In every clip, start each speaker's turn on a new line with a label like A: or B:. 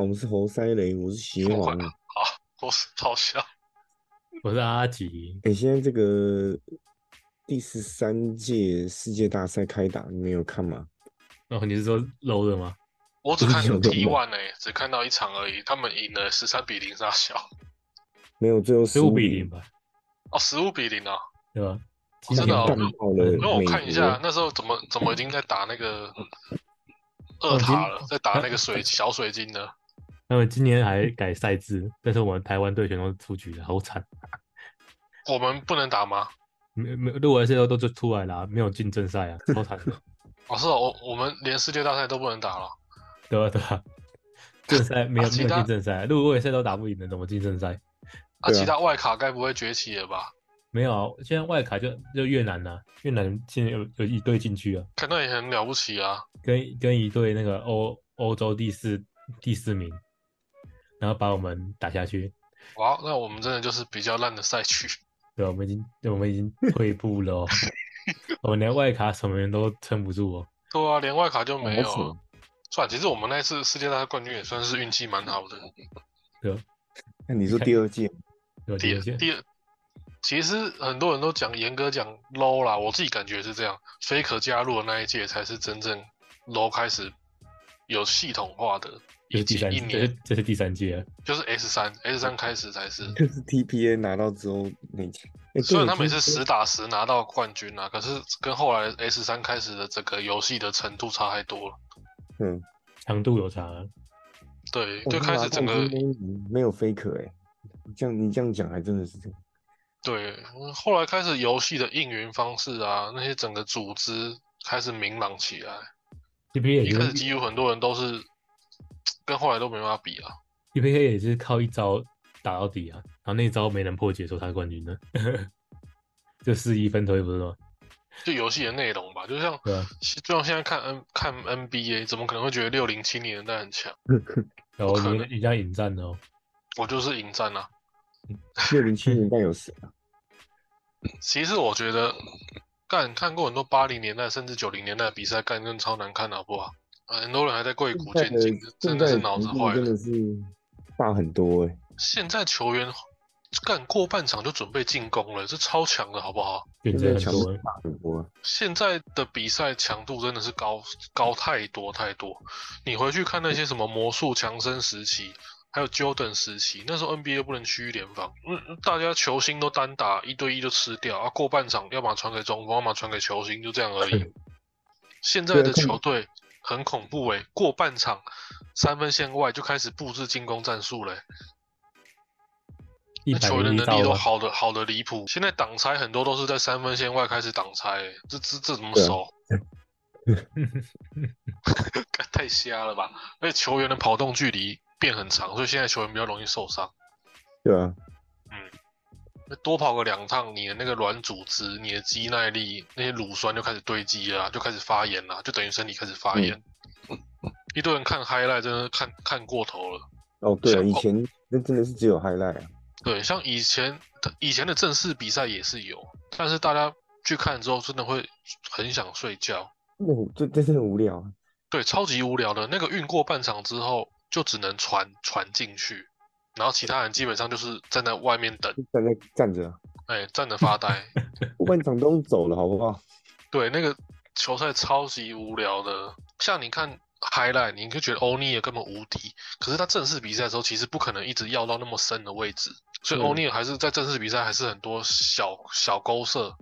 A: 我们是活塞雷，我是邪王。
B: 我是 好笑，
C: 我是阿吉，
A: 哎、现在这个第十三届世界大赛开打，你们有看吗？
C: 然、哦后你是说 low 的吗？
B: 我只看
A: 有这种
B: T one 哎，只看到一场而已，他们赢了十三比零，大小
A: 没有，最后
C: 十
A: 十
C: 五比零，吧，
B: 哦，十五比零啊。
C: 对吧？
B: 哦真的哦
A: 干爆了美
B: 那
A: 国。
B: 我看一下，那时候怎么怎么已经在打那个
A: 哦
B: 二塔了，在打 那个水小水晶了。
C: 他们今年还改赛制，但是我们台湾队全都出局了，好惨。
B: 我们不能打吗？
C: 没没入围赛都都就出来了，没有进正赛啊，超惨的，
B: 哦，是哦，我我们连世界大赛都不能打了。
C: 对吧、 对吧、正赛没 有、
B: 啊
C: 没
B: 其
C: 有
B: 他
C: 进正赛，入围赛都打不赢的，怎么进正赛？
B: 啊，
A: 对啊
B: 其他外卡该不会崛起了吧？
C: 没有啊，现在外卡就就越南啦、越南现在有有一队进去啊，
B: 可能也很了不起啊。
C: 跟跟一队那个欧欧洲第四第四名，然后把我们打下去，
B: 哇，那我们真的就是比较烂的赛区。
C: 对吧，我们已经我们已经退 步了、哦，我们连外卡守门员都撑不住哦。
B: 对啊，连外卡就没有
A: 哦好
B: 了
A: 扯。
B: 算，其实我们那次世界大赛冠军也算是运气蛮好的。
A: 那你说第二届，
C: 对吧
B: 第
C: 有些
B: 第二，其实很多人都讲严格讲 low 啦，我自己感觉是这样。Faker 加入的那一届才是真正 low 开始有系统化的一
C: 这是第
B: 季
C: 三，
B: 一
C: 这
B: 年，
C: 是这是第三届了，
B: 就是 S 三 S 三开始才是。
A: 就是 TPA 拿到之后那届，哎、对
B: 虽然他们也
A: 就是
B: 实打实拿到冠军啊，可是跟后来 S 三开始的整个游戏的程度差太多了。
A: 嗯，
C: 强度有差啊、
B: 对，
A: 我
B: 就
A: 们
B: 开
A: 拿
B: 始整
A: 冠
B: 个
A: 军跟赢没有 faker 哎、你这样你这样讲还真的是这样，
B: 对，后来开始游戏的应援方式啊，那些整个组织开始明朗起来。
C: TPA
B: 一
C: 也
B: 开始
C: 是
B: 几乎很多人都是跟后来都没办法比啊。
C: TPA 也是靠一招打到底啊，然后那一招没人破解，说他是冠军的， 就四一分推不是吗？
B: 就游戏的内容吧，就像
C: 对啊，
B: 就像现在看 N 看 NBA，怎么可能会觉得六零七零年代很强？
C: 然
B: 不
C: 后
B: 可
C: 你
B: 能
C: 人家引战的哦，
B: 我就是迎战啊。
A: 六零七年代有谁啊？
B: 其实我觉得，干看过很多八零年代甚至九零年代的比赛，干更超难看，好不好？呃很多人还在跪古
A: 现在
B: 见
A: 的
B: 今，真
A: 现
B: 的
A: 在
B: 是
A: 的
B: 脑子
A: 程
B: 坏
A: 度真
B: 了。
A: 的是大很多哎、
B: 现在球员干过半场就准备进攻了，这超强的好不好？
C: 选
A: 现
C: 择
A: 在
C: 很
A: 强
C: 多
A: 度
C: 人。
A: 大很多，
B: 现在的比赛强度真的是高高太多太多。你回去看那些什么魔术强森时期，还有 Jordan 时期，那时候 NBA 不能区域联防，嗯，大家球星都单打一对一就吃掉，啊，过半场要么传给中锋，要么传给球星，就这样而已。现在的球队很恐怖诶、过半场三分线外就开始布置进攻战术嘞、
C: 一
B: 那
C: 百
B: 球员的
C: 零
B: 能
C: 一
B: 力
C: 招
B: 都
C: 啊，
B: 好的好的离谱。现在挡拆很多都是在三分线外开始挡拆、欸，这这这怎么
A: 对啊
B: 守？ 干太瞎了吧！而且球员的跑动距离变很长，所以现在球员比较容易受伤。
A: 对啊，
B: 那多跑个两趟，你的那个软组织、你的肌耐力、那些乳酸就开始堆积啊啦，就开始发炎啦，就等于身体开始
A: 嗯
B: 发炎。一堆人看 highlight 真的看看过头了。
A: 哦对啊，
B: 像
A: 以前那真的是只有 highlight 啊，
B: 对，像以前以前的正式比赛也是有，但是大家去看之后真的会很想睡觉，
A: 那我这真的很无聊啊。
B: 对，超级无聊的。那个运过半场之后，就只能传传进去，然后其他人基本上就是站在外面等，
A: 就站在站着啊，
B: 哎，站着发呆。
A: 后半场都走了，好不好？
B: 对，那个球赛超级无聊的。像你看 highlight，你就觉得欧尼尔根本无敌，可是他正式比赛的时候，其实不可能一直要到那么深的位置，所以
A: 嗯
B: 欧尼尔还是在正式比赛还是很多小小勾射，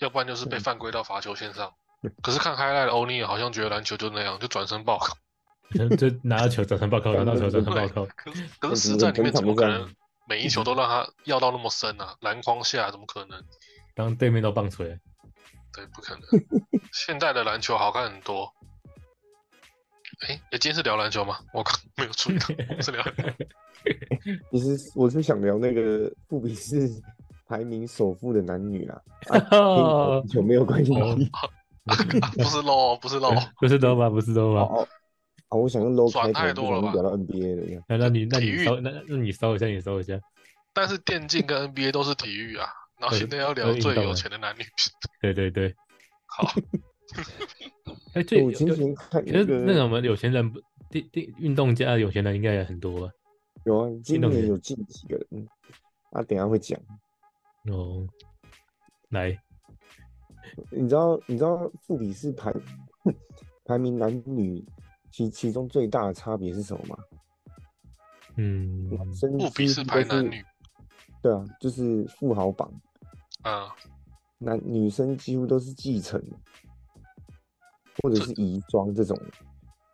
B: 要不然就是被
A: 嗯
B: 犯规到罚球线上。 可是看 highlight 的欧尼尔好像觉得篮球就那样，就转身暴扣。
C: 就拿到球转身报告，拿到球转身报告，
B: 可是可是
A: 嗯
B: 实战里面
A: 整场
B: 怎
A: 都
B: 么可
A: 这样
B: 能每一球都让他要到那么深啊？篮筐下怎么可能？
C: 当对面都棒槌了，
B: 对，不可能。现代的篮球好看很多。哎、诶今天是聊篮球吗？我刚没有注意到，是聊。
A: 其实我是想聊那个富比是排名首富的男女啦，跟球没有关系。
C: 呃哦
B: 啊不是 low，不是 low，
C: 不是都吧，不是都
A: 哦
C: 吧。
A: 哦哦，我想用 low
B: 转
A: 开
B: 太
A: 头，
B: 多
A: 不小
B: 了吧
A: 心聊到 NBA 了一 样。
C: 那那你那
B: 体育
C: 你搜那那你搜一下，你搜一下，
B: 但是电竞跟 NBA 都是体育啊。然后现在要聊
C: 都是运
B: 最
C: 动
B: 有
C: 啊
B: 钱的男女。
C: 对对对。
B: 好，
C: 哎，最
A: 我前几
C: 有
A: 天看
C: 可是
A: 个
C: 那种我们有钱人不第第运动家有钱人应该也很多吧？
A: 有啊，今
C: 运动
A: 年
C: 员
A: 有进几个人？啊，等一下会讲。
C: 哦，来，
A: 你知道，你知道富比士排 排名男女其其中最大的差别是什么吗？
C: 嗯，
A: 男生
B: 不比
A: 几
B: 是
A: 乎
B: 排
A: 都
B: 男女，
A: 对啊，就是富豪榜，
B: 啊，
A: 男女生几乎都是继承或者
B: 这
A: 是遗孀这种，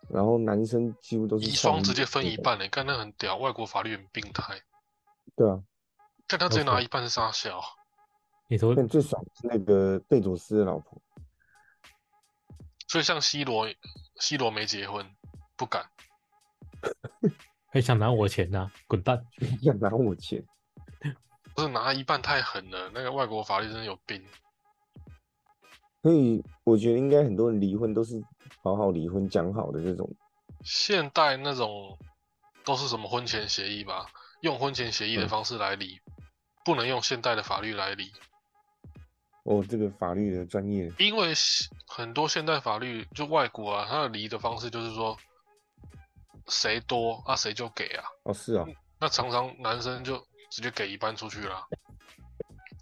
A: 然后男生几乎都是
B: 遗
A: 创
B: 孀直
A: 业
B: 接分
A: 这
B: 一
A: 种。
B: 半欸嘞，干那很屌，外国法律很病态，
A: 对啊，
B: 干他直接
C: 没错
B: 拿一半是傻小，
C: 你说
A: 但最爽的是那个贝佐斯的老婆，
B: 所以像 C 罗，C 罗没结婚，不敢，
C: 还想拿我钱呐、滚蛋！
A: 要拿我钱。
B: 不是拿一半太狠了，那个外国法律真的有病，
A: 所以我觉得应该很多人离婚都是好好离婚讲好的这种，
B: 现代那种都是什么婚前协议吧，用婚前协议的
A: 嗯
B: 方式来理，不能用现代的法律来理，
A: 哦，这个法律的专业
B: 因为现很多现代法律就外国啊，它的离的方式就是说谁多啊谁就给啊，
A: 哦，是啊，
B: 那常常男生就直接给一半出去啦。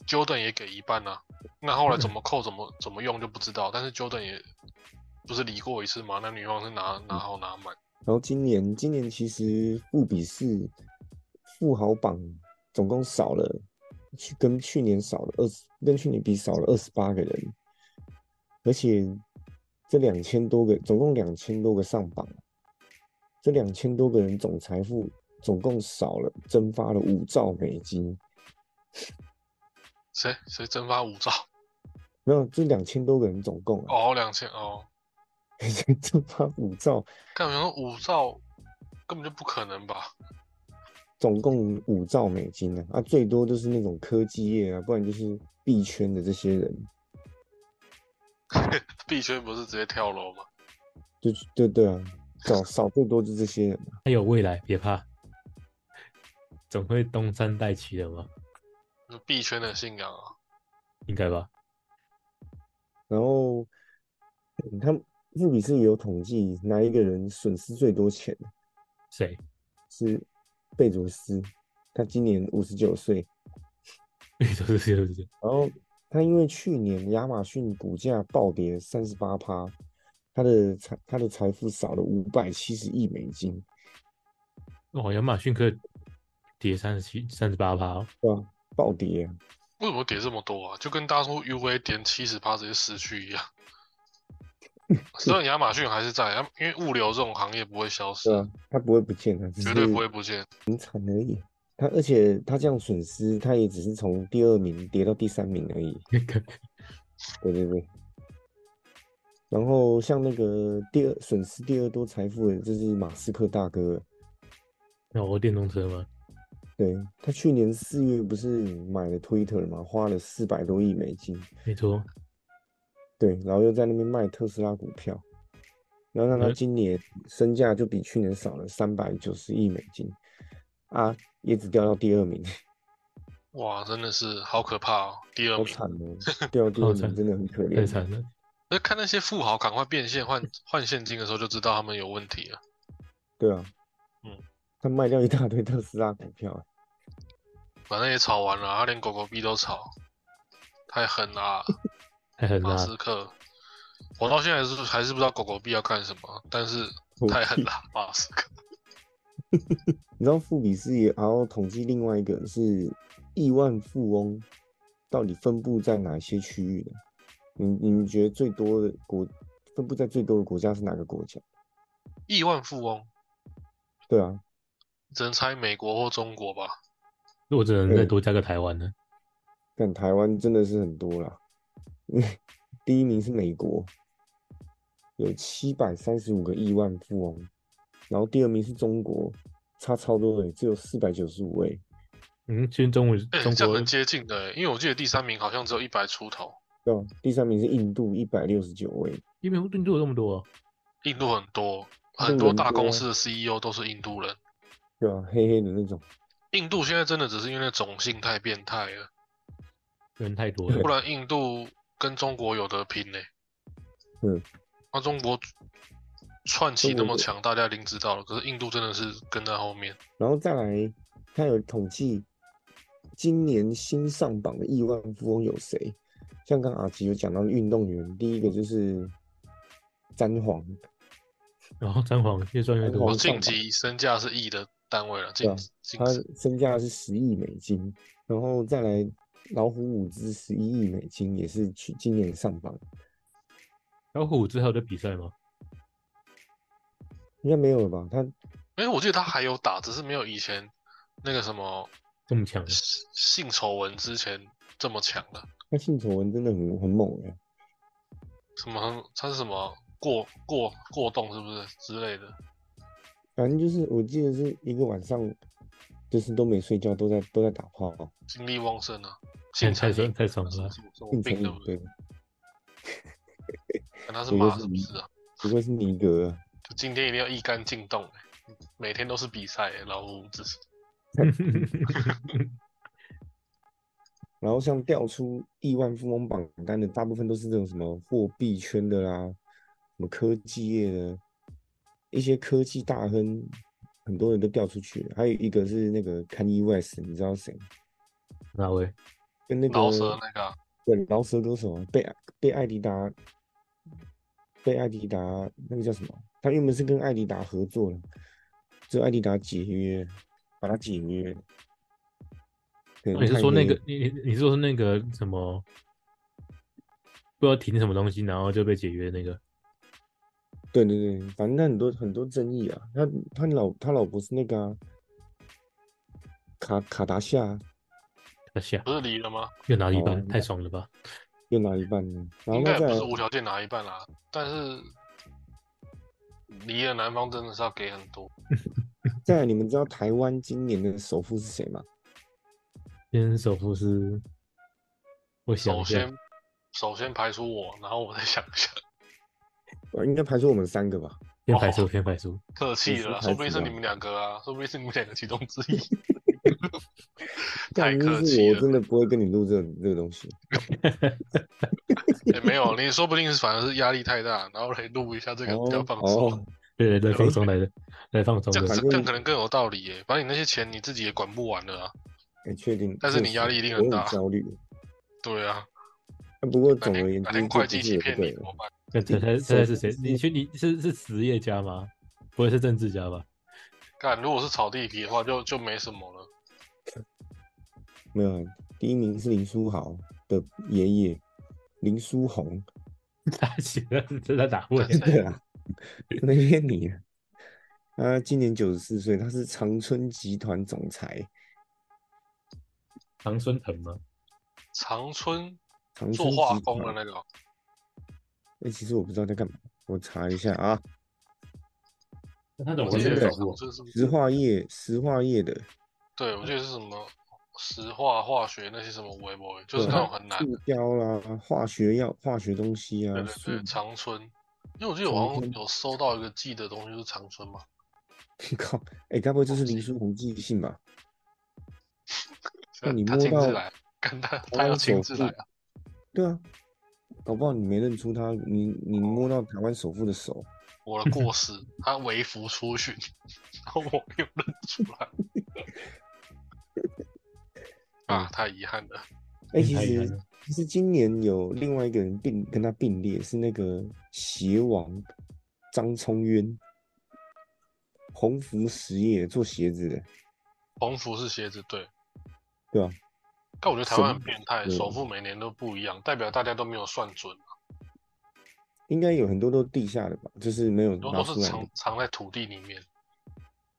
B: Jordan 也给一半啦、那后来怎么扣怎么怎么用就不知道，但是 Jordan 也不是离过一次嘛，那女方是拿拿好拿满，
A: 然后今年今年其实富比士富豪榜总共少了，去跟去年少了二十，跟去年比少了二十八个人，而且这两千多个，总共两千多个上榜，这两千多个人总财富总共少了蒸发了五兆美金，
B: 谁谁蒸发五兆
A: 没有，这两千多个人总共 啊，
B: 哦，两千哦，
A: 蒸发五兆，
B: 干嘛说五兆根本就不可能吧？
A: 总共五兆美金呢、啊，最多就是那种科技业啊，不然就是币圈的这些人。
B: 币圈不是直接跳楼吗？
A: 就对对啊，少少最多就这些人嘛。
C: 还有未来，别怕，总会东山再起的嘛，
B: 就币圈的信仰啊，
C: 应该吧？
A: 然后嗯他们富比士也有统计，哪一个人损失最多钱
C: 谁？
A: 是贝佐斯，他今年五十九岁，
C: 就是就是就是，
A: 然后他因为去年亚马逊股价暴跌三十八趴，他的财他的财富少了五百七十亿美金，
C: 哇，哦亚马逊可以跌三十七、三十八趴，哦
A: 对吧、暴跌、啊，
B: 为什么跌这么多啊？就跟大家说 UV 点七十趴直接失去一样。虽然亚马逊还是在，亚因为物流这种行业不会消失
A: 对，啊，他不会不见的，只
B: 绝对
A: 是
B: 不会不见。
A: 很惨而已。他而且他这样损失，他也只是从第二名跌到第三名而已。对对对。然后像那个第二损失第二多财富的，就是马斯克大哥。
C: 那我电动车吗？
A: 对他去年四月不是买了 Twitter 嘛，花了四百多亿美金，
C: 没错，
A: 对，然后又在那边卖特斯拉股票，然后让他
C: 嗯
A: 今年身价就比去年少了三百九十亿美金，啊，也只掉到第二名，
B: 哇，真的是好可怕哦！第二
A: 好
B: 名，
A: 惨哦， 掉到第
C: 好
A: 二名
C: 惨
A: 真的很可
C: 太
A: 怜。
C: 惨了。
B: 那看那些富豪赶快变现换换现金的时候，就知道他们有问题了。
A: 对啊，
B: 嗯，
A: 他卖掉一大堆特斯拉股票，
B: 反正也炒完了，啊他连狗狗币都炒，太狠了啊，
C: 太狠
B: 马
C: 了！
B: 斯克。我到现在还是还是不知道狗狗币要干什么，但是太狠了，马斯克。
A: 你知道富比士也，然后统计另外一个是亿万富翁到底分布在哪些区域的？你你们觉得最多的国分布在最多的国家是哪个国家？
B: 亿万富翁
A: 对啊，
B: 只能猜美国或中国吧。
C: 如果只能再
A: 嗯
C: 多加个台湾呢？
A: 但台湾真的是很多啦。 第一名是美国，有七百三十五个亿万富翁，然后第二名是中国，差超多的，只有四百九十五位。
C: 嗯，其实中国
B: 哎、
C: 中
B: 这样
C: 国
B: 很接近的欸，因为我记得第三名好像只有一百出头，
A: 对、啊，第三名是印度，一百六十九位。
C: 因为印度有这么多哦，
B: 印度很多
A: 印度
B: 很多
A: 人
B: 大
A: 多
B: 公
A: 啊
B: 司的 CEO 都是印度人。
A: 对啊，黑黑的那种。
B: 印度现在真的只是因为那种性太变态了，
C: 人太多了
B: 不。然啊印度跟中国有得拼呢、
A: 嗯，
B: 那、中国串起那
A: 中国
B: 么
A: 队
B: 强，大家已经知道了。可是印度真的是跟在后面，
A: 然后再来，他有统计今年新上榜的亿万富翁有谁？像刚阿吉有讲到的运动员，第一个就是詹皇，
C: 然后詹皇越赚越
A: 詹
C: 多
B: 我
A: 皇，
B: 哦晋级身价是亿的单位了，晋
A: 对啊
B: 晋
A: 他
B: 级
A: 身价是十亿美金，然后再来老虎伍兹十一亿美金，也是去今年上榜，
C: 老虎之后的比赛吗？
A: 应该没有了吧？他
B: 哎，我记得他还有打，只是没有以前那个什么
C: 这么强，
B: 性性丑闻之前这么强了。
A: 他性丑闻真的很很猛哎、
B: 什么？他是什么过过过动是不是之类的？
A: 反正就是我记得是一个晚上，就是都没睡觉，都在都在打炮，
B: 精力旺盛啊，
C: 太
B: 性
C: 太
B: 成
C: 爽
B: 瘾是
C: 太爽
A: 性成
B: 什么什么病
C: 了吧！
B: 对
A: 瘾
B: 不对？
A: 对，
B: 看他是
A: 我觉得
B: 马
A: 是
B: 是不是啊？
A: 不愧是尼格、啊。
B: 就今天一定要一杆进洞、欸，每天都是比赛、欸，老虎只是
A: 然后像调出亿万富翁榜单的，大部分都是这种什么货币圈的啦，什么科技业的，一些科技大亨，很多人都调出去了。还有一个是那个 Kanye West，你知道谁？
C: 哪位？
A: 跟那
B: 老蛇
A: 个
B: 那个啊、
A: 对饶舌歌手啊被被艾迪达被艾迪达那个叫什么？他原本是跟艾迪达合作了，就艾迪达解约，把他解约。对
C: 哦你是说那？
A: 太累
C: 个
A: 了
C: 你你你是说那个什么？不知道停什么东西，然后就被解约那个？
A: 对对对，反正他很多很多争议啊。他他老他老婆是那个、啊、卡卡达夏，啊
C: 他下
B: 不是离了吗？
C: 又拿了一半，
A: 哦
C: 太爽了吧！
A: 又拿一半呢。然
B: 应
A: 后
B: 该
A: 他再
B: 也不
A: 来
B: 是无条件拿一半啦，但是离了男方真的是要给很多。
A: 再来，你们知道台湾今年的首富是谁吗？
C: 今天首富是，我想一
B: 首
C: 下，
B: 先首先排除我，然后我再想一想，
A: 呃应该排除我们三个吧。
C: 偏排除偏排除，
B: 客气了啦，
A: 你是
B: 说不
A: 排
B: 定
A: 除
B: 是
A: 啊
B: 你们两个啊，说不定是你们两个其中之一。
A: 但
B: 太客
A: 是
B: 气
A: 我
B: 了
A: 真的不会跟你录这这个东西。
B: 也哎没有，你说不定是反而是压力太大，然后来录一下这个比较
A: 哦
B: 放松，
A: 哦，
C: 对 对对，放松来的，来放松
B: 这样
C: 的
B: 子
A: 反。
B: 这
A: 正
B: 样可能更有道理耶。把你那些钱你自己也管不完了啊，
A: 哎，确定。
B: 但是
A: 确
B: 你压
A: 实
B: 力一定
A: 我
B: 很大
A: 焦虑。
B: 对啊，
A: 啊不过
B: 哪
A: 总而
B: 天
A: 言
B: 哪
A: 之，
B: 天
A: 这
B: 会
A: 不
B: 计
A: 是
B: 欺
A: 也不
B: 骗你哦
A: 对
B: 怎
A: 了。
B: 么办？
C: 那
A: 这
C: 猜猜
A: 个
C: 猜猜
A: 首
C: 是
A: 富
C: 谁？
A: 是
C: 你去你是是实业家吗？不会是政治家吧？
B: 干，如果是炒地皮的话，就就没什么了。
A: 没有，啊第一名是林书豪的爷爷林书宏。
C: 他写的这在哪位？
A: 对啊， 那骗你啊。他今年九十四岁，他是长春集团总裁。
C: 唐孙腾吗？
B: 长春
A: 长春
B: 做化
A: 集
B: 工的
A: 团，
B: 那个哦，
A: 哎、其实我不知道在干嘛，我查一下啊。
C: 那他怎
B: 我
C: 么
B: 记
C: 会
A: 真
B: 得
C: 是
A: 的
B: 是
C: 首
B: 长
C: 富？
B: 春是不
A: 石
B: 是？
A: 化业，石化业的，
B: 对，我记得是什么石化、化学那些什么微博，就是
A: 对
B: 那种很难。
A: 塑胶啦，化学药、化学东西
B: 对
A: 啊，
B: 对
A: 塑
B: 对，长春，因为我记得我好
A: 长
B: 像
A: 春
B: 有收到一个寄的东西，就是长春嘛。
A: 靠，哎、该不会这是
B: 东
A: 林
B: 西
A: 书宏寄信吧？
B: 他
A: 那你
B: 他
A: 摸
B: 亲自
A: 到
B: 来，干他
A: 台
B: 他要
A: 湾
B: 亲
A: 首
B: 自
A: 富
B: 来啊！
A: 对啊，搞不好你没认出他，你你摸到台湾首富的手，
B: 我的过失，他为服出巡，然后我没有认出来，啊，太遗憾了。
A: 哎、其
C: 太遗憾
A: 实
C: 了
A: 其实今年有另外一个人并跟他并列，是那个鞋王张聪渊，鸿福实业做鞋子的，
B: 红福是鞋子，对，
A: 对啊，
B: 但我觉得台湾很变态，
A: 对
B: 首富每年都不一样，代表大家都没有算准，
A: 应该有很多都地下的吧，就是没有
B: 很多
A: 拿
B: 都是
A: 出来的
B: 藏。藏在土地里面。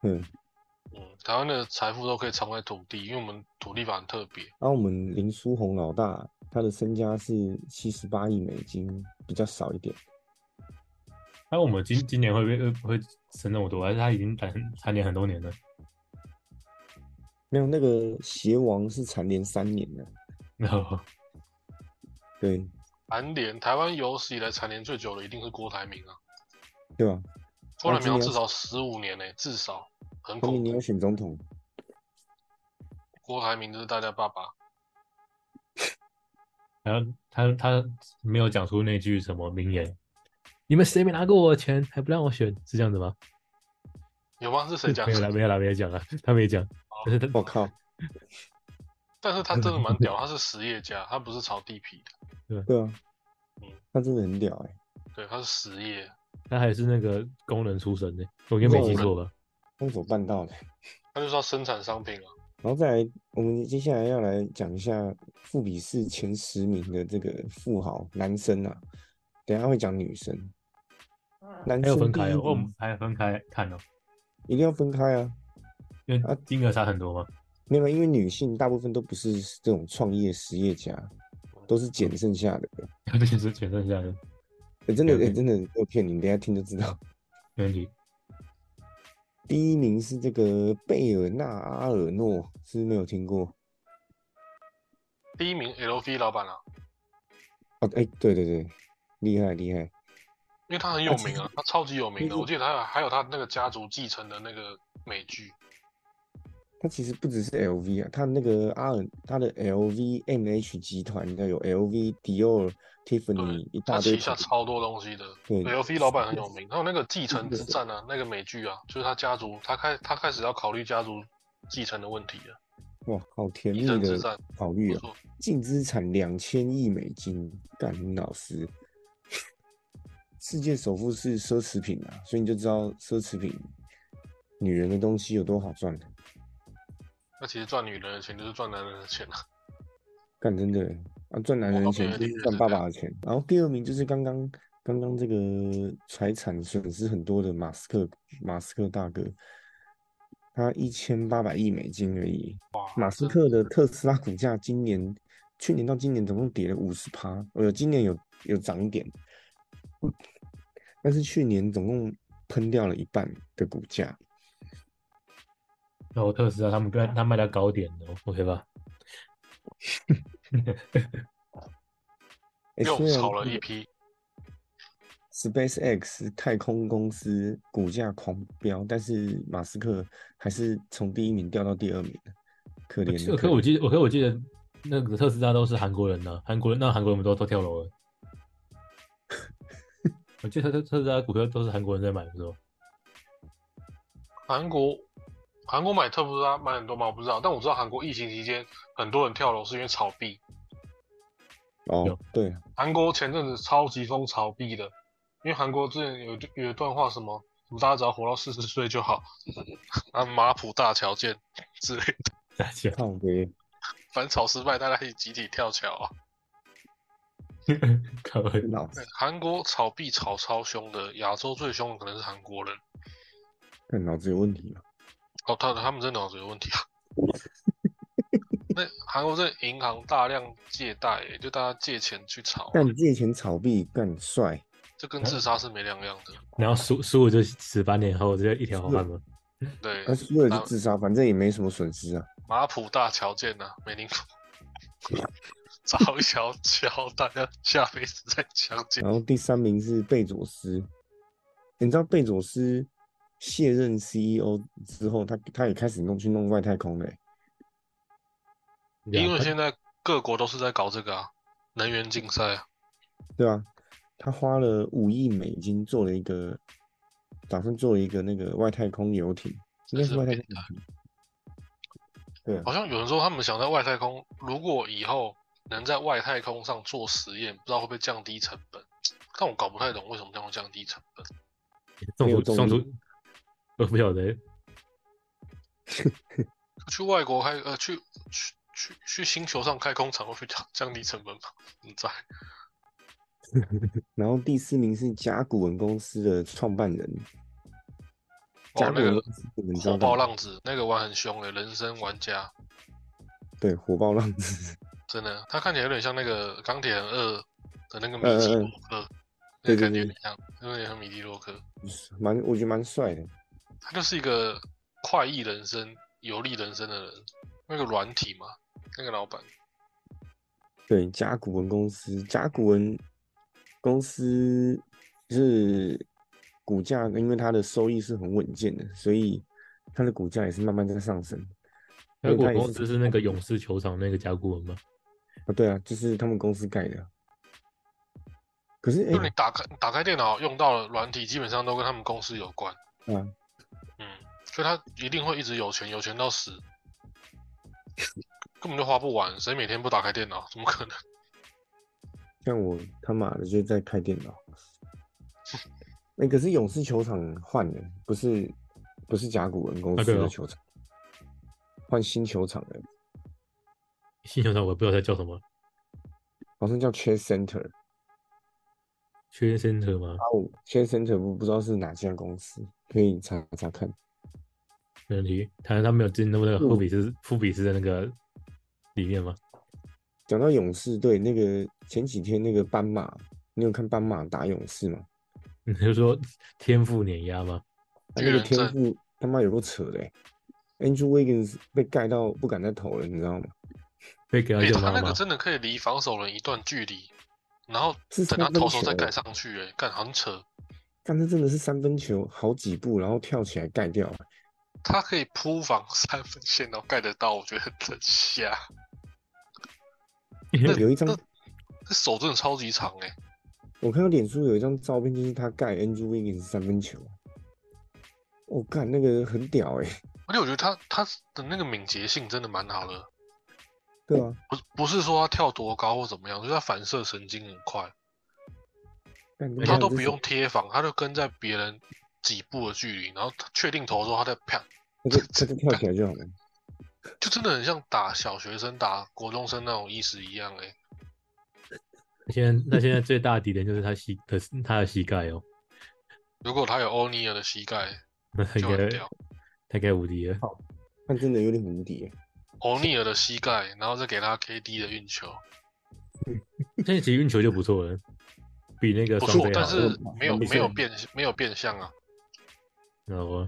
A: 嗯，
B: 嗯，台湾的财富都可以藏在土地，因为我们土地法很特别。
A: 然后我们林书宏老大，他的身家是七十八亿美金，比较少一点。
C: 那我们今今年会不会会不会升那么多？还是他已经蝉蝉联很多年了？
A: 没有那个鞋王是蝉联三年的，
C: 然后
A: 对
B: 蝉联台湾有史以来蝉联最久的一定是郭台铭啊，
A: 对吧？
B: 郭台铭
A: 今
B: 好像
A: 年
B: 至少十五年呢、至少很
A: 后面
B: 恐
A: 你
B: 怖。
A: 要选总统，
B: 郭台铭就是大家爸爸，
C: 然后他他没有讲出那句什么名言，你们谁没拿过我的钱还不让我选？是这样子吗？
B: 有吗？是谁哦讲
C: 没？有啦，没有啦，没有讲啊，他没讲，但是他
A: 我靠，
B: 但是他真的蛮屌，他是实业家，他不是炒地皮的，
A: 对啊，他真的很屌哎、
B: 对，他是实业。
C: 他还是那个工人出身的，我应该没记错
B: 哦
C: 吧？
A: 他是怎么办到的？
B: 他就是要生产商品啊，
A: 然后再来，我们接下来要来讲一下富比士前十名的这个富豪男生啊，等一下会讲女生，男
C: 还有分
A: 生第
C: 开
A: 一
C: 哦，我们
A: 名
C: 还要分开看哦，
A: 一定要分开啊，
C: 因为金额差很多嘛。
A: 没有，因为女性大部分都不是这种创业实业家，都是捡剩下的。
C: 他们是全剩下的，
A: 欸真的，
C: 了解
A: 欸真的，我骗你，你等一下听就知道。
C: 没问题。
A: 第一名是这个贝尔纳阿尔诺，是不是没有听过？
B: 第一名 LV 老板啊，
A: 啊，哎、对对对，厉害厉害，
B: 因为他很有名啊，他超级有名
A: 其
B: 的。
A: 实
B: 我记得他有还有他那个家族继承的那个美剧，
A: 它其实不只是 LV 啊，它那个阿尔，它的 LVMH 集团应该有 LV、迪奥、Tiffany 一
B: 他
A: 大堆
B: 旗下
A: 品牌，
B: 超多东西的。
A: 对
B: LV 老板很有名，还有那个继承之战啊，那个美剧啊，就是他家族，他开他开始要考虑家族继承的问题了。
A: 哇，好甜蜜
B: 继承之
A: 的
B: 战
A: 考
B: 不
A: 虑啊！
B: 错，
A: 净资产两千亿美金，干你老师，世界首富是奢侈品啊，所以你就知道奢侈品女人的东西有多好赚。啊
B: 那其实赚女人的钱就是赚男人的钱啊。
A: 干真的欸啊，赚男
B: 我
A: 人的
B: 告诉
A: 钱
B: 你
A: 就是
B: 这个
A: 赚
B: 是
A: 爸
B: 这样
A: 爸的钱。然后第二名就是刚刚刚刚这个财产损失很多的马斯克，马斯克大哥，他一千八百亿美金而已。
B: 哇，
A: 马斯
B: 真
A: 克的特斯拉股价今年去年到今年总共跌了五十趴，呃，今年有有涨一点，但是去年总共喷掉了一半的股价。
C: 然后特斯拉他们跟他卖到高点的，OK 吧？
A: 哎，
B: 又
A: 虽然
B: 炒了
A: 这
B: 一
A: 个
B: 批，
A: SpaceX 太空公司股价狂飙，但是马斯克还是从第一名掉到第二名，可怜的
C: 可可
A: 怜
C: 我记得，我可我记得那个特斯拉都是韩国人呐、韩国人那韩国人不都都跳楼了？ 我记得特特斯拉股票都是韩国人在买，不是吗？
B: 韩国韩国买特斯拉买很多吗？我不知道，但我知道韩国疫情期间很多人跳楼是因为炒币。
A: 哦
C: 有，
A: 对，啊
B: 韩国前阵子超级疯炒币的，因为韩国之前有一句有一段话什么什么大家只要活到四十岁就好， 啊马普大桥建之类的，
C: 大家
A: 靠北，
B: 反炒失败大家一起集体跳桥啊。
C: 各位，
A: 老
B: 对韩国炒币炒超凶的，亚洲最凶的可能是韩国人。
A: 看脑子有问题了。
B: 哦，他他们真的脑子有问题啊。那韩国这银行大量借贷、欸就大家借钱去炒啊、
A: 但借钱炒币干帅，
B: 这跟自杀是没两样的。
C: 然后输输我就十八年后这一条好汉吗？
B: 对
A: 那，输了
B: 那
A: 就自杀，反正也没什么损失啊。
B: 马普大桥建呐、啊，没听过。找小桥，大家下辈子再相见。
A: 然后第三名是贝佐斯，你知道贝佐斯卸任 CEO 之后，他他也开始弄去弄外太空嘞、欸
B: 因为
C: 他
B: 现在各国都是在搞这个啊，能源竞赛啊。
A: 对啊，他花了五亿美金做了一个，打算做一个那个外太空游艇，应该是
B: 这是
A: 外太
B: 变
A: 空游艇。对啊，
B: 好像有人说他们想在外太空，如果以后能在外太空上做实验，不知道会不会降低成本。但我搞不太懂为什么这样会降低成本。
C: 中
A: 没有
C: 途
A: 中
C: 中
A: 途
C: 途，我不晓得，
B: 去外国开呃去去去去星球上开工厂会不会 降降低成本吧？你 在
A: 然后第四名是甲骨文公司的创办人，甲
B: 哦
A: 骨
B: 那
A: 文
B: 个
A: 公司你们知道
B: 火
A: 的
B: 爆浪子那个玩很凶的人生玩家，
A: 对火爆浪子，
B: 真的，他看起来有点像那个钢铁人二的那个
A: 嗯
B: 米基
A: 嗯嗯
B: 洛克，那
A: 对对
B: 个感
A: 对
B: 觉有点像，有点像米基洛克。
A: 蛮我觉得蛮帅的。
B: 他就是一个快意人生、有利人生的人，那个软体嘛，那个老板。
A: 对，甲骨文公司，甲骨文公司是股价，因为它的收益是很稳健的，所以它的股价也是慢慢在上升。因
C: 甲
A: 为
C: 骨
A: 它也
C: 公司是那个勇士球场那个甲骨文吗？
A: 啊，对啊，就是他们公司盖的。啊可是
B: 就你
A: 哎、
B: 打开打开电脑用到的软体，基本上都跟他们公司有关。
A: 欸，啊，
B: 嗯，所以他一定会一直有钱，有钱到死，根本就花不完。谁每天不打开电脑？怎么可能？
A: 像我他妈的就在开电脑。 哎、可是勇士球场换了，不是不是甲骨文公
C: 啊
A: 司
C: 对
A: 的
C: 哦
A: 球场，换、新球场了，
C: 新球场我也不知道它叫什么
A: 好像叫 Chase Center。
C: 缺 center 吗？
A: 哦，Chase Center 不不知道是哪家公司，可以查查看。
C: 没问题。他他没有进入那个
A: 嗯
C: 富比斯富比斯的那个里面吗？
A: 讲到勇士队，那个前几天那个斑马，你有看斑马打勇士吗？
C: 你就说天赋碾压吗？
A: 他
B: 巨
A: 那个
B: 人
A: 天
B: 阵
A: 赋他妈有够扯的、欸、，Andrew Wiggins 被盖到不敢再投了，你知道吗？
C: 被给到
B: 哎、
C: 一个
B: 他
C: 妈
B: 那
C: 妈
B: 个，真的可以离防守人一段距离，然后
A: 是
B: 等
A: 三
B: 他
A: 分
B: 投手
A: 球
B: 再盖
A: 欸，
B: 上去、哎，干很扯。
A: 但他真的是三分球好几步，然后跳起来盖掉。
B: 他可以扑防三分线，然后盖得到，我觉得很瞎。那
A: 有一张
B: 那这手真的超级长哎、
A: 我看到脸书有一张照片，就是他盖 Andrew Wiggins 三分球，我、干那个很屌哎、
B: 而且我觉得他他的那个敏捷性真的蛮好的，
A: 对啊，
B: 不不是说他跳多高或怎么样，就是他反射神经很快，
A: 干
C: 对
B: 他
A: 妈
B: 都
A: 这
B: 不
A: 是
B: 用贴防，他就跟在别人几步的距离，然后他确定投的时候，他再啪，
A: 他就他就跳起来就好了。
B: 就真的很像打小学生打国中生那种意思一样哎、
C: 现在那现在最大的敌人就是他膝的他的膝盖哦，
B: 如果他有欧尼尔的膝盖，
C: 那他应
B: 就很
C: 该
B: 屌。
C: 他应该无敌了。
A: 但真的有点无敌欸、
B: 欧尼尔的膝盖，然后再给他 KD 的运球，
C: 现在其实运球就不错了，比那个
B: 不
C: 双
B: 错，
C: 飞
B: 但
C: 好。
B: 是没有
A: 比赛
B: 没有变没有变相啊，
C: 然后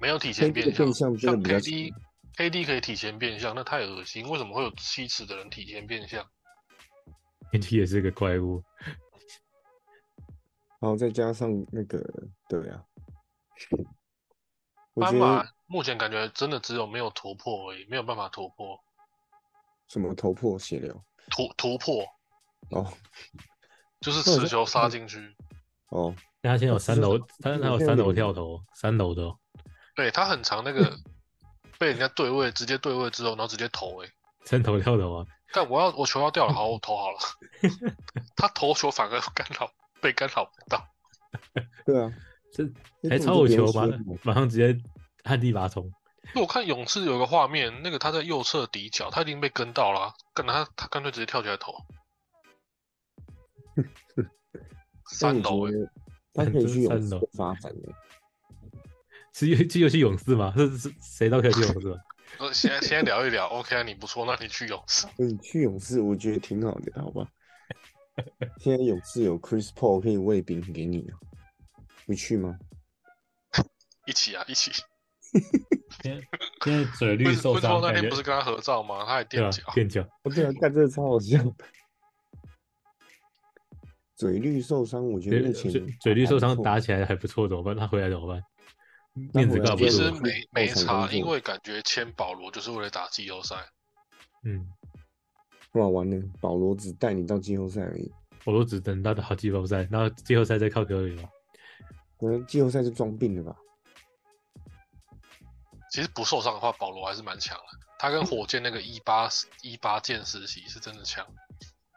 B: 没有体前
A: 这个
B: 变
A: 变
B: 相。
A: 相真的
B: 像
A: 比较强
B: KD KD 可以体前变相，那太恶心。为什么会有七尺的人体前变相？
C: 天气也是个怪物，
A: 然后再加上那个，对啊，我觉得
B: 斑马目前感觉真的只有没有突破而已，没有办法突破，
A: 什么头破血流
B: 突突破
A: 哦
B: 就是
A: 那我嗯
B: 持
A: 就
B: 球杀进去。
A: 哦，
C: 但他现在有三楼
A: 是，
C: 他
A: 是
C: 他有
A: 这样
C: 三楼
A: 子
C: 跳投，三楼的哦、
B: 对他很长那 个被人家对位，直接对位之后，然后直接投、欸。哎，
C: 三头跳投啊，
B: 但我要我球要掉了，好，我投好了。 他投球反而干扰被干扰不到，
A: 对啊，
C: 这
A: 这
C: 还
A: 根本就
C: 超有
A: 不用
C: 球，
A: 说
C: 马
A: 什么
C: 马上直接旱地拔葱。
B: 因为我看勇士有个画面，那个他在右侧底角，他已经被跟到了啊，干他他干脆直接跳起 来投。
A: 但
B: 三
A: 我觉
B: 楼
A: 得他
B: 哎、
C: 很
A: 可以
C: 真
A: 去勇
C: 三
A: 士
C: 楼
A: 队发展的、
C: 是游是游戏勇士吗？是是谁都可以去勇士吗？
B: 呃现在现在聊一聊，OK，啊你不错，那你去勇士。
A: 嗯，去勇士我觉得挺好的，好 吧？现在勇士有 Chris Paul 可以喂饼给你啊，你去吗？
B: 一起啊，一起。
C: 现在 现在嘴
B: 不
C: 绿
B: 是不
C: 受
B: 是说
C: 伤，
B: 那
C: 感
B: 天
C: 觉
B: 不是跟他合照吗？他还
C: 对吧
B: 垫脚？，
C: 垫脚，
A: 哦， 对啊，干这个超好笑。嘴绿受伤，我觉得
C: 嘴
A: 目前
C: 嘴嘴绿
A: 还不
C: 受伤
A: 错
C: 打起来还不错，怎么办？他回来怎么办？
A: 那
C: 面子
A: 回来
C: 挂不
B: 其
A: 就
C: 住
A: 是
B: 实
C: 了。
B: 没没
A: 后场
B: 差，
A: 工作
B: 因为感觉签保罗就是为了打季后赛。
C: 嗯，
A: 哇完了，保罗只带你到季后赛而已，
C: 我都只等到好季后赛，然后季后赛再靠隔离嘛。
A: 可能季后赛就装病了吧？
B: 其实不受伤的话，保罗还是蛮强的。他跟火箭那个一八一八剑时期是真的强。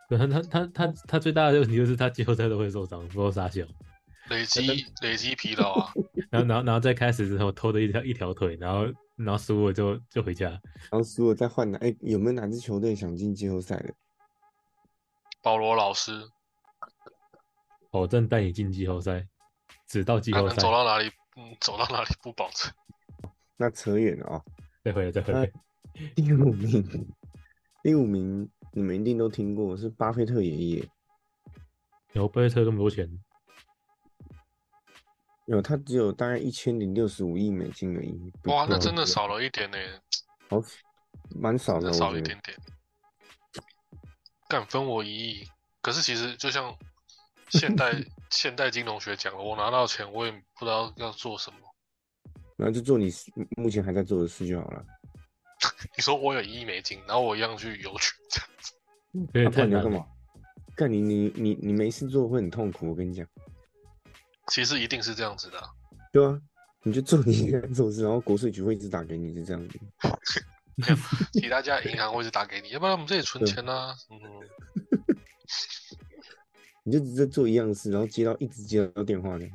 C: 对他他他他他最大的问题就是他季后赛都会受伤，不够傻笑。
B: 累积累积疲劳啊，
C: 然后然后然后再开始之后偷的一条一条腿，然后然后输了就就回家。
A: 然后输了再换哪？哎、有没有哪支球队想进季后赛的？
B: 保罗老师，
C: 保证带你进季后赛，只到季
B: 他
C: 后
B: 能
C: 赛
B: 走。到哪里，嗯，走到哪里不保证。
A: 那扯远了啊、
C: 再回来，再回来。
A: 第五名，第五名，你们一定都听过，是巴菲特爷爷。
C: 然后贝瑞特这么多钱，
A: 有，他只有大概一千零六十五亿美金而已。不
B: 哇，
A: 多
B: 那真的少了一点呢、
A: 好，蛮少
B: 真
A: 的，
B: 的
A: 我
B: 少
A: 觉
B: 一
A: 得
B: 点点。干分我一亿，可是其实就像 现代现代金融学讲的，我拿到钱我也不知道要做什么。
A: 然后就做你目前还在做的事就好了。
B: 你说我有一亿美金，然后我一样去邮局，
C: 有
A: 那
C: 点
A: 不
C: 太
A: 然你要干
C: 难了。
A: 嘛？看你你你你没事做会很痛苦，我跟你讲。
B: 其实一定是这样子的啊、
A: 对啊，你就做你该做的事，然后国税局会一直打给你，是这样子。
B: 其他家银行会是打给你，要不然我们这里存
A: 对
B: 钱啊。嗯，
A: 你就直接做一样的事，然后接到一直接到电话呢，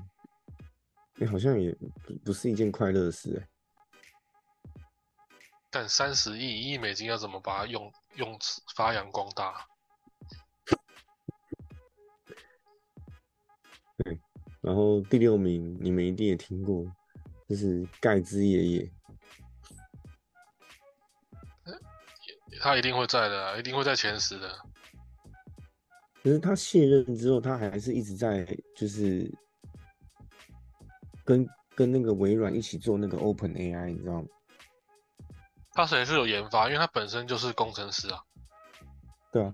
A: 哎、好像也不不是一件快乐的事、欸。
B: 但三十亿一亿美金要怎么把它用用发扬光大？
A: 然后第六名，你们一定也听过，就是盖茨爷爷，
B: 他一定会在的啊、一定会在前十的。
A: 可是他卸任之后，他还是一直在就是跟跟那个微软一起做那个 Open AI，你知道吗？
B: 他虽然是有研发，因为他本身就是工程师啊。
A: 对啊，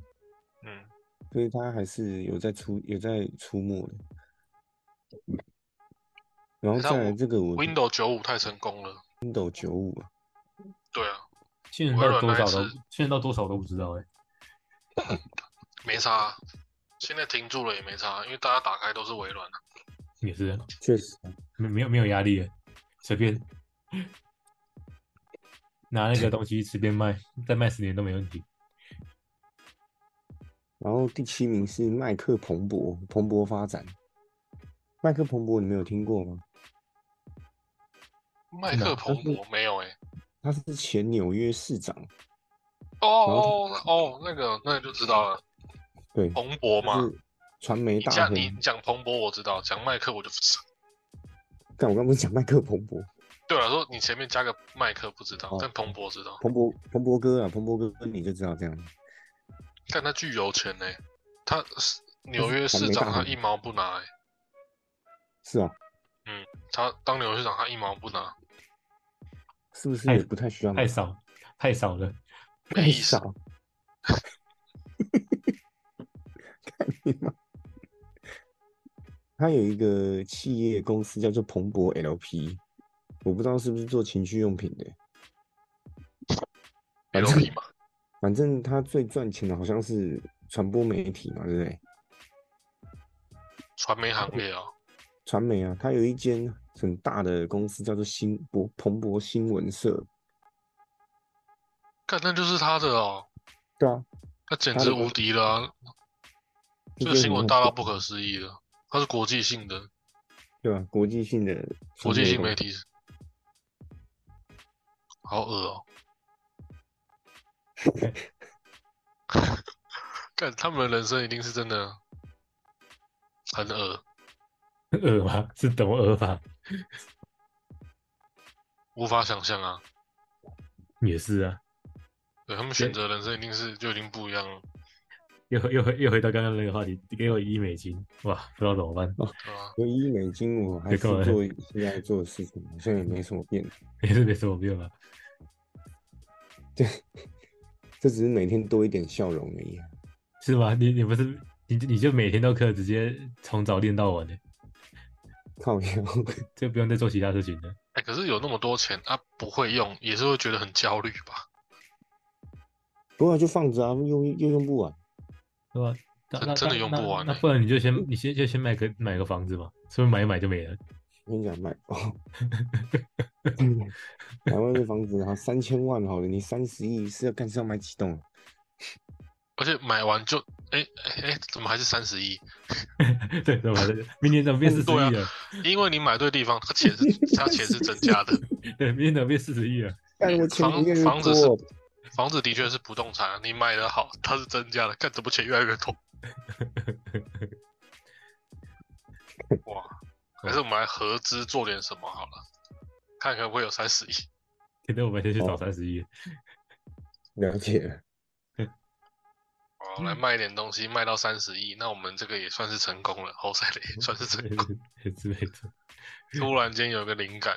B: 嗯，
A: 所以他还是有在出有在出没的。然后
B: 可是他
A: 再来
B: 我
A: 这个我
B: Windows 九五太成功了。
A: Windows 九五啊，
B: 对啊，
C: 现在
B: 微
C: 到
B: 软
C: 多
B: 那一
C: 少都
B: 次
C: 现在到多少都不知道哎、
B: 没差啊、现在停住了也没差，啊因为大家打开都是微软的、
C: 也是啊
A: 确实啊，
C: 没没有没有压力欸，随便拿那个东西随便卖，再卖十年都没问题。
A: 然后第七名是麦克彭博，蓬勃发展。麦克彭博你没有听过吗？
B: 麦
C: 真的
B: 克
C: 啊
B: 彭
A: 但
B: 博没有哎、
A: 他是前纽约市长，
B: 哦哦哦，那个那个就知道了，
A: 对，
B: 彭博嘛
A: 就。是传媒
B: 你
A: 大
B: 讲
A: 亨
B: 你。你讲彭博我知道，讲麦克我就不知道。
A: 但我刚不是讲麦克彭博，
B: 对我来说，你前面加个麦克不知道，
A: 哦
B: 但彭博知道。
A: 彭博彭博哥啊，彭博哥你就知道这样。
B: 但他巨有钱呢、欸他是纽约市
A: 还没大
B: 长，他
A: 红
B: 一毛不拿、欸。
A: 是啊，
B: 他当纽约市长，他一毛不
A: 哎
B: 拿，
A: 是不是
C: 太
A: 也不太需要买？
C: 太少太少了，
B: 没
A: 太
B: 意思。
A: 少。 看你妈！他有一个企业公司叫做彭博 LP，我不知道是不是做情趣用品的。反正
B: LP 嘛，
A: 反正他最赚钱的好像是传播媒体嘛，对不对？
B: 传媒行业哦，
A: 传媒啊，他有一间很大的公司叫做新博彭博新闻社，
B: 看那就是他的哦，
A: 对啊，
B: 那简
A: 他
B: 直
A: 的
B: 无敌了啊、这
A: 就
B: 个
A: 是
B: 新
A: 很
B: 闻
A: 有
B: 大到
A: 国
B: 不可思议了，它是国际性的，
A: 对吧、国际性的
B: 国
A: 传
B: 际
A: 媒
B: 性
A: 公
B: 媒
A: 司
B: 体，好恶哦。 干他们的人生一定是真的很恶，
C: 饿吗？是懂饿吧？
B: 无法想象啊！
C: 也是啊，
B: 对他们选择的人生一定是就已经不一样了，
C: 又又回又回到刚刚那个话题，给我一美金，哇，不知道怎么办，
B: 对吧、
A: 唯一美金，我还
C: 别
A: 是
C: 搞了
A: 做现在做的事情，好像也没什么变。
C: 也是没什么用啊。
A: 这只是每天多一点笑容而已啊。
C: 是吗？你你不是你你就每天都可以直接从早练到晚的，
A: 靠腰，
C: 就不用再做其他事情了。
B: 哎、可是有那么多钱啊，不会用，也是会觉得很焦虑吧？
A: 不过就放着啊，用又用不完。
C: 对吧？那
B: 真
C: 那
B: 真的
C: 那
B: 用
C: 那
B: 不完
C: 那
B: 欸
C: 不然你就先你先就先买个买个房子嘛，随便买一买就没了。
A: 我跟你讲，买哦，嗯台湾的房子啊，三千万好了，你三十亿是要干是要买几栋啊？
B: 而且买完就，哎哎哎，怎么还是三十亿？
C: 对，对吧？ 明年怎么变四十
B: 对啊
C: 亿了？
B: 因为你买对地方，它钱是它钱是增 加的。
C: 对，明年怎么变四十亿了？
A: 但我钱
B: 哎房
A: 越来越
B: 房子是
A: 多，
B: 房子的确是不动产，你买的好，它是增加的，看怎么钱越来越多。 哇，还是我们来合资做点什么好了，看可不可以有三十亿。
C: 可能我们先去找
A: 哦
C: 三十亿。
A: 了解了。
B: 哦，来卖一点东西，卖到三十亿，那我们这个也算是成功了，侯赛雷也算是成功。
C: 之类的。
B: 突然间有一个灵感，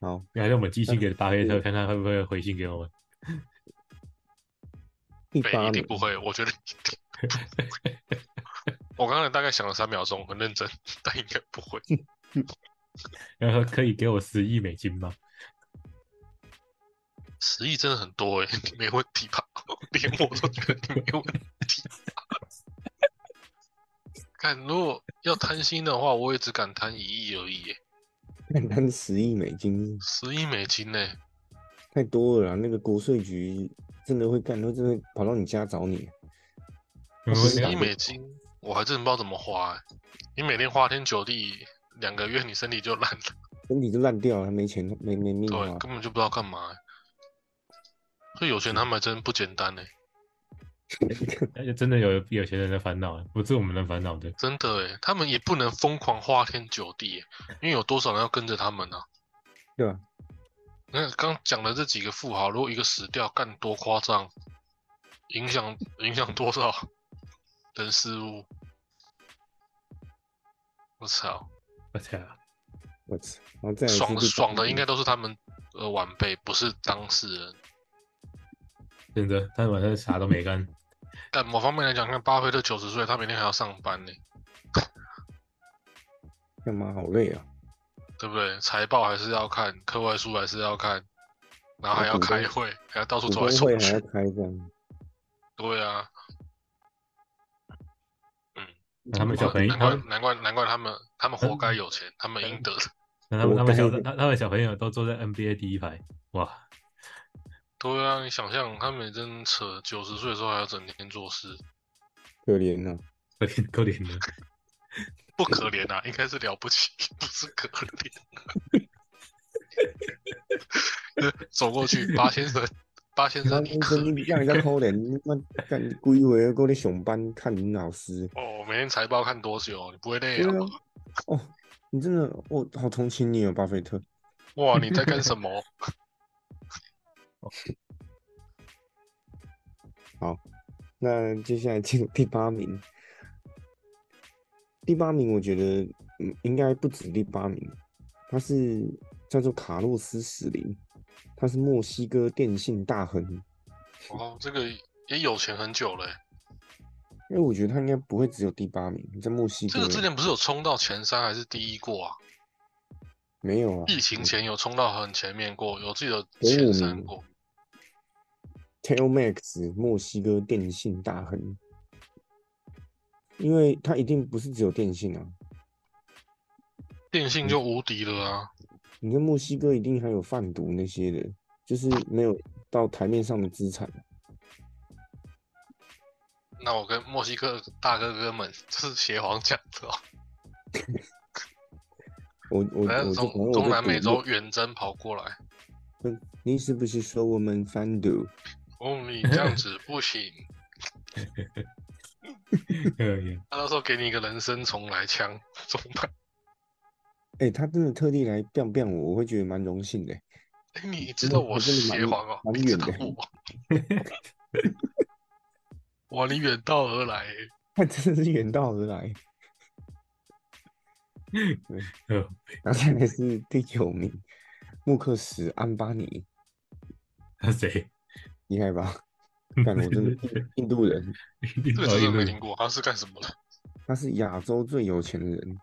A: 好，
C: 还是我们寄信给巴菲特，
A: 是
C: 看看会不会回信给我们。
A: 第
B: 对，
A: 八
B: 一
A: 名
B: 定，不会，我觉得 一定不会。我刚才大概想了三秒钟，很认真， 但应该不会。
C: 然后可以给我十亿美金吗？
B: 十亿真的很多哎、欸，没问题吧？ 连我都觉得你没问题。 看，如果要贪心的话，我也只敢贪一亿而已耶，
A: 看他十亿美金
B: 十亿美金欸呢？
A: 太多了啦，啊那个国税局真的会干，会真的会跑到你家找你。啊
C: 你
A: 我
B: 十
A: 想
B: 亿
C: 会
B: 美金，我还真不知道怎么花耶。你每天花天酒地，两个月你身体就烂了，
A: 身体就烂掉了，还没钱，没没命花
B: 对，。根本就不知道干嘛耶。所以有钱他们还真不简单欸呢，
C: 而且真的有有些人的烦恼，不是我们能烦恼的。
B: 真的哎，他们也不能疯狂花天酒地耶，因为有多少人要跟着他们呢、啊？
A: 对吧？
B: 那刚讲的这几个富豪，如果一个死掉，干多夸张，影响影响 多少人事物？我操，
C: 我操，
A: 我操！然后再来是
B: 爽
A: 这
B: 爽的
A: 种
B: 应该都是他们呃晚辈，不是当事人。
C: 真的，他晚上啥都没干，
B: 但某方面来讲，看巴菲特九十岁，他每天还要上班呢，
A: 干嘛好累啊？
B: 对不对？财报还是要看，课外书还是要看，然后还要
A: 股东
B: 开会，还要到处
A: 股
B: 走来
A: 东
B: 走
A: 会还要
B: 去。
A: 开这样，
B: 对啊，
C: 那他们小
B: 难
C: 朋友，他
B: 怪
C: 们
B: 难怪难怪他们他们活该有钱，他们应得的。
C: 那他们
A: 我
C: 他们小
A: 带
C: 他他们小朋友都坐在 NBA 第一排，哇，
B: 对啊，你想象他们真扯，九十岁的时候还要整天做事，
A: 可怜啊！
C: 可怜可怜 的。
B: 不可怜啊，应该是了不起， 不是可怜。啊 走过去，八先生，八先
A: 他
B: 生，你
A: 真
B: 可
A: 真
B: 怜
A: 让人家抠脸，那干规回够在熊班看林老师。
B: 哦！每天财报看多久？你不会累
A: 对
B: 啊？
A: 啊，哦，你真的我好同情你哦，巴菲特。
B: 哇，你 在干什么？
A: 那接下来进入第八名，第八名我觉得嗯应该不止第八名，他是叫做卡洛斯·史林，他是墨西哥电信大亨，
B: 哦，这个也有钱很久了欸，
A: 因为我觉得他应该不会只有第八名，在墨西
B: 这
A: 哥
B: 个之前不是有冲到前三还是第一过啊？
A: 没有啊，
B: 疫情前有冲到很前面过，有记得
A: 前五
B: 前三
A: 名
B: 过。
A: Telmex 墨西哥电信大亨，因为他一定不是只有电信啊，
B: 电信就无敌了啊！
A: 你在墨西哥一定还有贩毒那些的，就是没有到台面上的资产。啊
B: 那我跟墨西哥大哥哥们这是邪皇讲的、哦，
A: 我我我
B: 反正
A: 就反正
B: 从
A: 我
B: 中
A: 就
B: 南美
A: 赌
B: 洲远征跑过来，
A: 你是不是说我们贩毒？
B: 哦，你这样子不行，
C: 可怜
B: 他到时候给你一个人生重来枪，怎么办？
A: 哎、他真的特地来 biang biang 我，我会觉得蛮荣幸的。
B: 哎，你知道我是邪皇哦，
A: 真的蛮
B: 你知
A: 远
B: 道
A: 的
B: 我， 哇，你远道而来，
A: 他真的是远道而来。对，
C: 呃，
A: 然后再来是第九名，穆克史安巴尼，
C: 他 谁？
A: 厉害吧？干，我真的 印印度人，
C: 印
B: 这
A: 哦
C: 度
B: 个真的没
C: 印
B: 听
C: 度，
B: 过，他是干什么的？
A: 他是亚洲最有钱的人，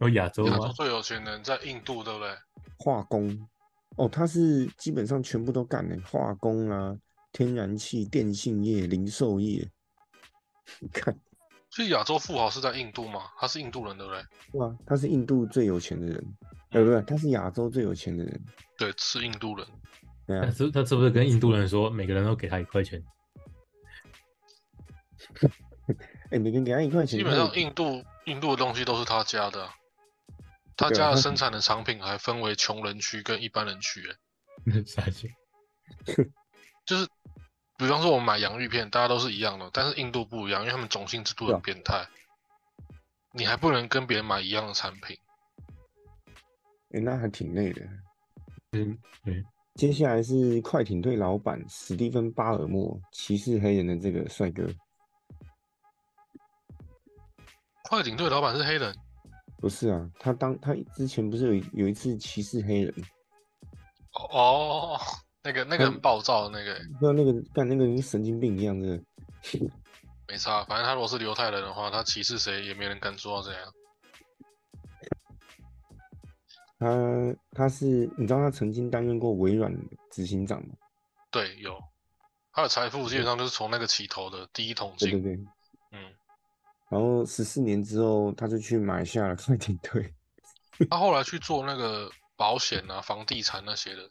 C: 哦，亚洲
A: 啊
B: 亚
C: 吗
B: 洲？最有钱人在印度，对不对？
A: 化工。哦，他是基本上全部都干的，化工啊，天然气、电信业、零售业。你看，
B: 所以亚洲富豪是在印度吗？他是印度人，对不对？
A: 哇，他是印度最有钱的人，呃，不对，
B: 嗯
A: 他是亚洲最有钱的人。
B: 对，是印度人。
A: 对
C: 他
B: 嗯
A: 啊，
C: 是他是不是跟印度人说，每个人都给他一块钱？
A: 哎，每个人给他一块钱，
B: 基本
A: 他
B: 上
A: 也
B: 印度印度的东西都是他家的啊、他
A: 对啊
B: 家的
A: 他
B: 生产的产品还分为穷人区跟一般人区欸，
C: 傻去，
B: 就是比方说我们买洋芋片，大家都是一样的，但是印度不一样，因为他们种姓制度
A: 对啊
B: 很变态，你还不能跟别人买一样的产品。
A: 哎，那还挺累的。
C: 嗯，
A: 接下来是快艇队老板史蒂芬·巴尔默，歧视黑人的这个帅哥，
B: 快艇队老板是黑人，
A: 不是啊？他当他之前不是有一有一次歧视黑人，
B: 哦，那个那个很暴躁的那个欸，
A: 不知道那个干那个跟神经病一样的，
B: 没差，反正他如果是犹太人的话，他歧视谁也没人敢说他怎样。
A: 他他是你知道他曾经担任过微软执行长吗？
B: 对，有，他的财富基本上就是从那个起头的第一桶
A: 对对
B: 金。
A: 对。
B: 嗯，
A: 然后十四年之后，他就去马来西亚的快艇队。
B: 他后来去做那个保险啊、房地产那些的，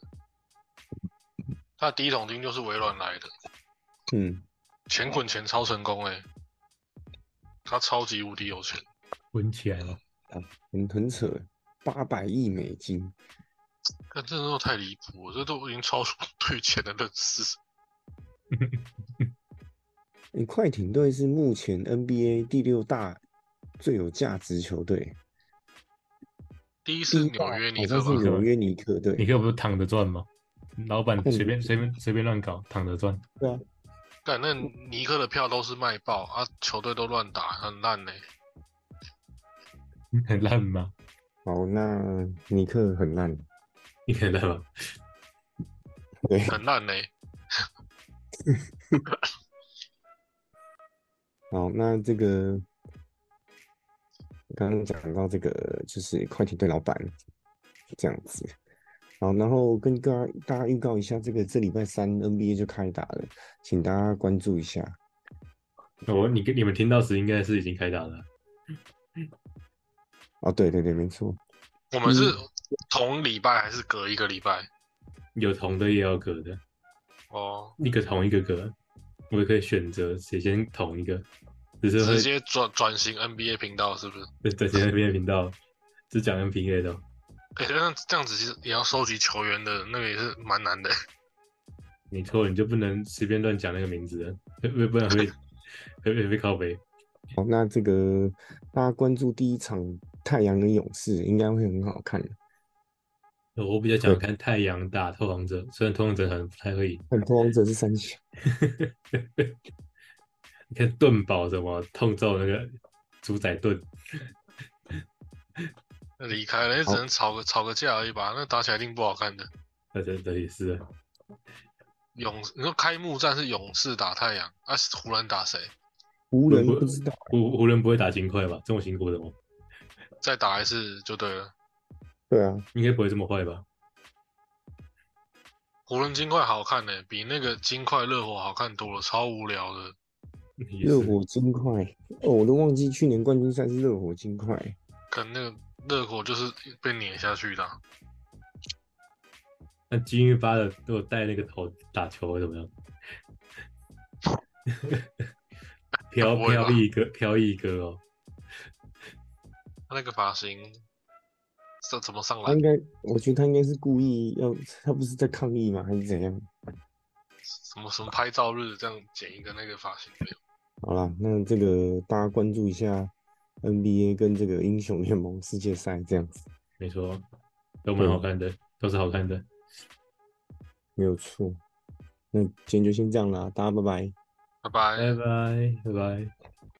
B: 他的第一桶金就是微软来的，
A: 嗯，
B: 钱滚钱超成功哎、他超级无敌有钱，
C: 滚起来了，
A: 很很扯，八百亿美金。
B: 但这都太离谱了，这都已经超出对钱的认识。
A: 诶快艇队是目前 NBA 第六大最有价值球队，
B: 第一是
A: 第一
B: 纽
A: 大
B: 约
A: 好
B: 尼克
A: 像
B: 吧
A: 是，纽约尼克队。
C: 你可以不是躺着赚吗？老板
A: 嗯
C: 随便随便随便乱搞，躺着赚。
A: 对啊，
B: 干那尼克的票都是卖爆啊，球队都乱打，很烂欸呢、
C: 很烂吗？
A: 好，那尼克很烂，
C: 你很烂吗？
A: 对，
B: 很烂欸呢、
A: 好，那这个刚刚讲到这个就是快艇队老板这样子，好，然后跟大家大家预告一下，这个这礼拜三 NBA 就开打了，请大家关注一下。
C: 我你跟你们听到时应该是已经开打了，
A: 哦，对对对，没错，
B: 我们是
A: 嗯
B: 同礼拜还是隔一个礼拜？
C: 有同的也有隔的，
B: 哦，
C: 一个同一个隔，我也可以选择谁先同一个，只
B: 直
C: 是会
B: 接转转型 NBA 频道是不是？
C: 对对，现在变频道只讲 NBA 的哦，
B: 哎、欸，那这样子其实也要收集球员的那个也是蛮难的。
C: 没错，你就不能随便乱讲那个名字了，不不不然会会会被靠背。
A: 好，那这个大家关注第一场太阳跟勇士，应该会很好看的。
C: 我比较想看太阳打拓荒者，虽然拓荒者好像不太会赢，
A: 很多王者是三小，
C: 你看盾宝怎么痛揍那个主宰盾，
B: 那离开了，也只能吵个吵个架而已吧。那打起来一定不好看的。
C: 那这这也是啊
B: 勇，你说开幕战是勇士打太阳，啊，湖人打谁？
A: 湖人
C: 不
A: 不知道，
C: 湖湖人不会打金块吧？这么辛苦的吗？
B: 再打一次就对了。
A: 对啊，
C: 应该不会这么坏吧？
B: 湖人金块好看呢、比那个金块热火好看多了，超无聊的。
C: 也
A: 热
C: 是
A: 火金块，哦，我都忘记去年冠军赛是热火金块，
B: 跟那个热火就是被碾下去的啊、
C: 那金玉发的都有戴那个头打球会怎么样？ 飘
B: 不会吧
C: 飘逸哥，飘逸哥哦，
B: 他那个发型，这怎么上
A: 他
B: 篮
A: 应？该，我觉得他应该是故意要，他不是在抗议吗？还是怎样？
B: 什么什么拍照日这样剪一个那个发型没有？
A: 好啦，那这个大家关注一下 NBA 跟这个英雄联盟世界赛这样子，
C: 没错，都蛮好看的，都是好看的，
A: 没有错。那今天就先这样啦，大家拜拜。
C: 哎
B: 拜拜。
C: 拜拜拜拜。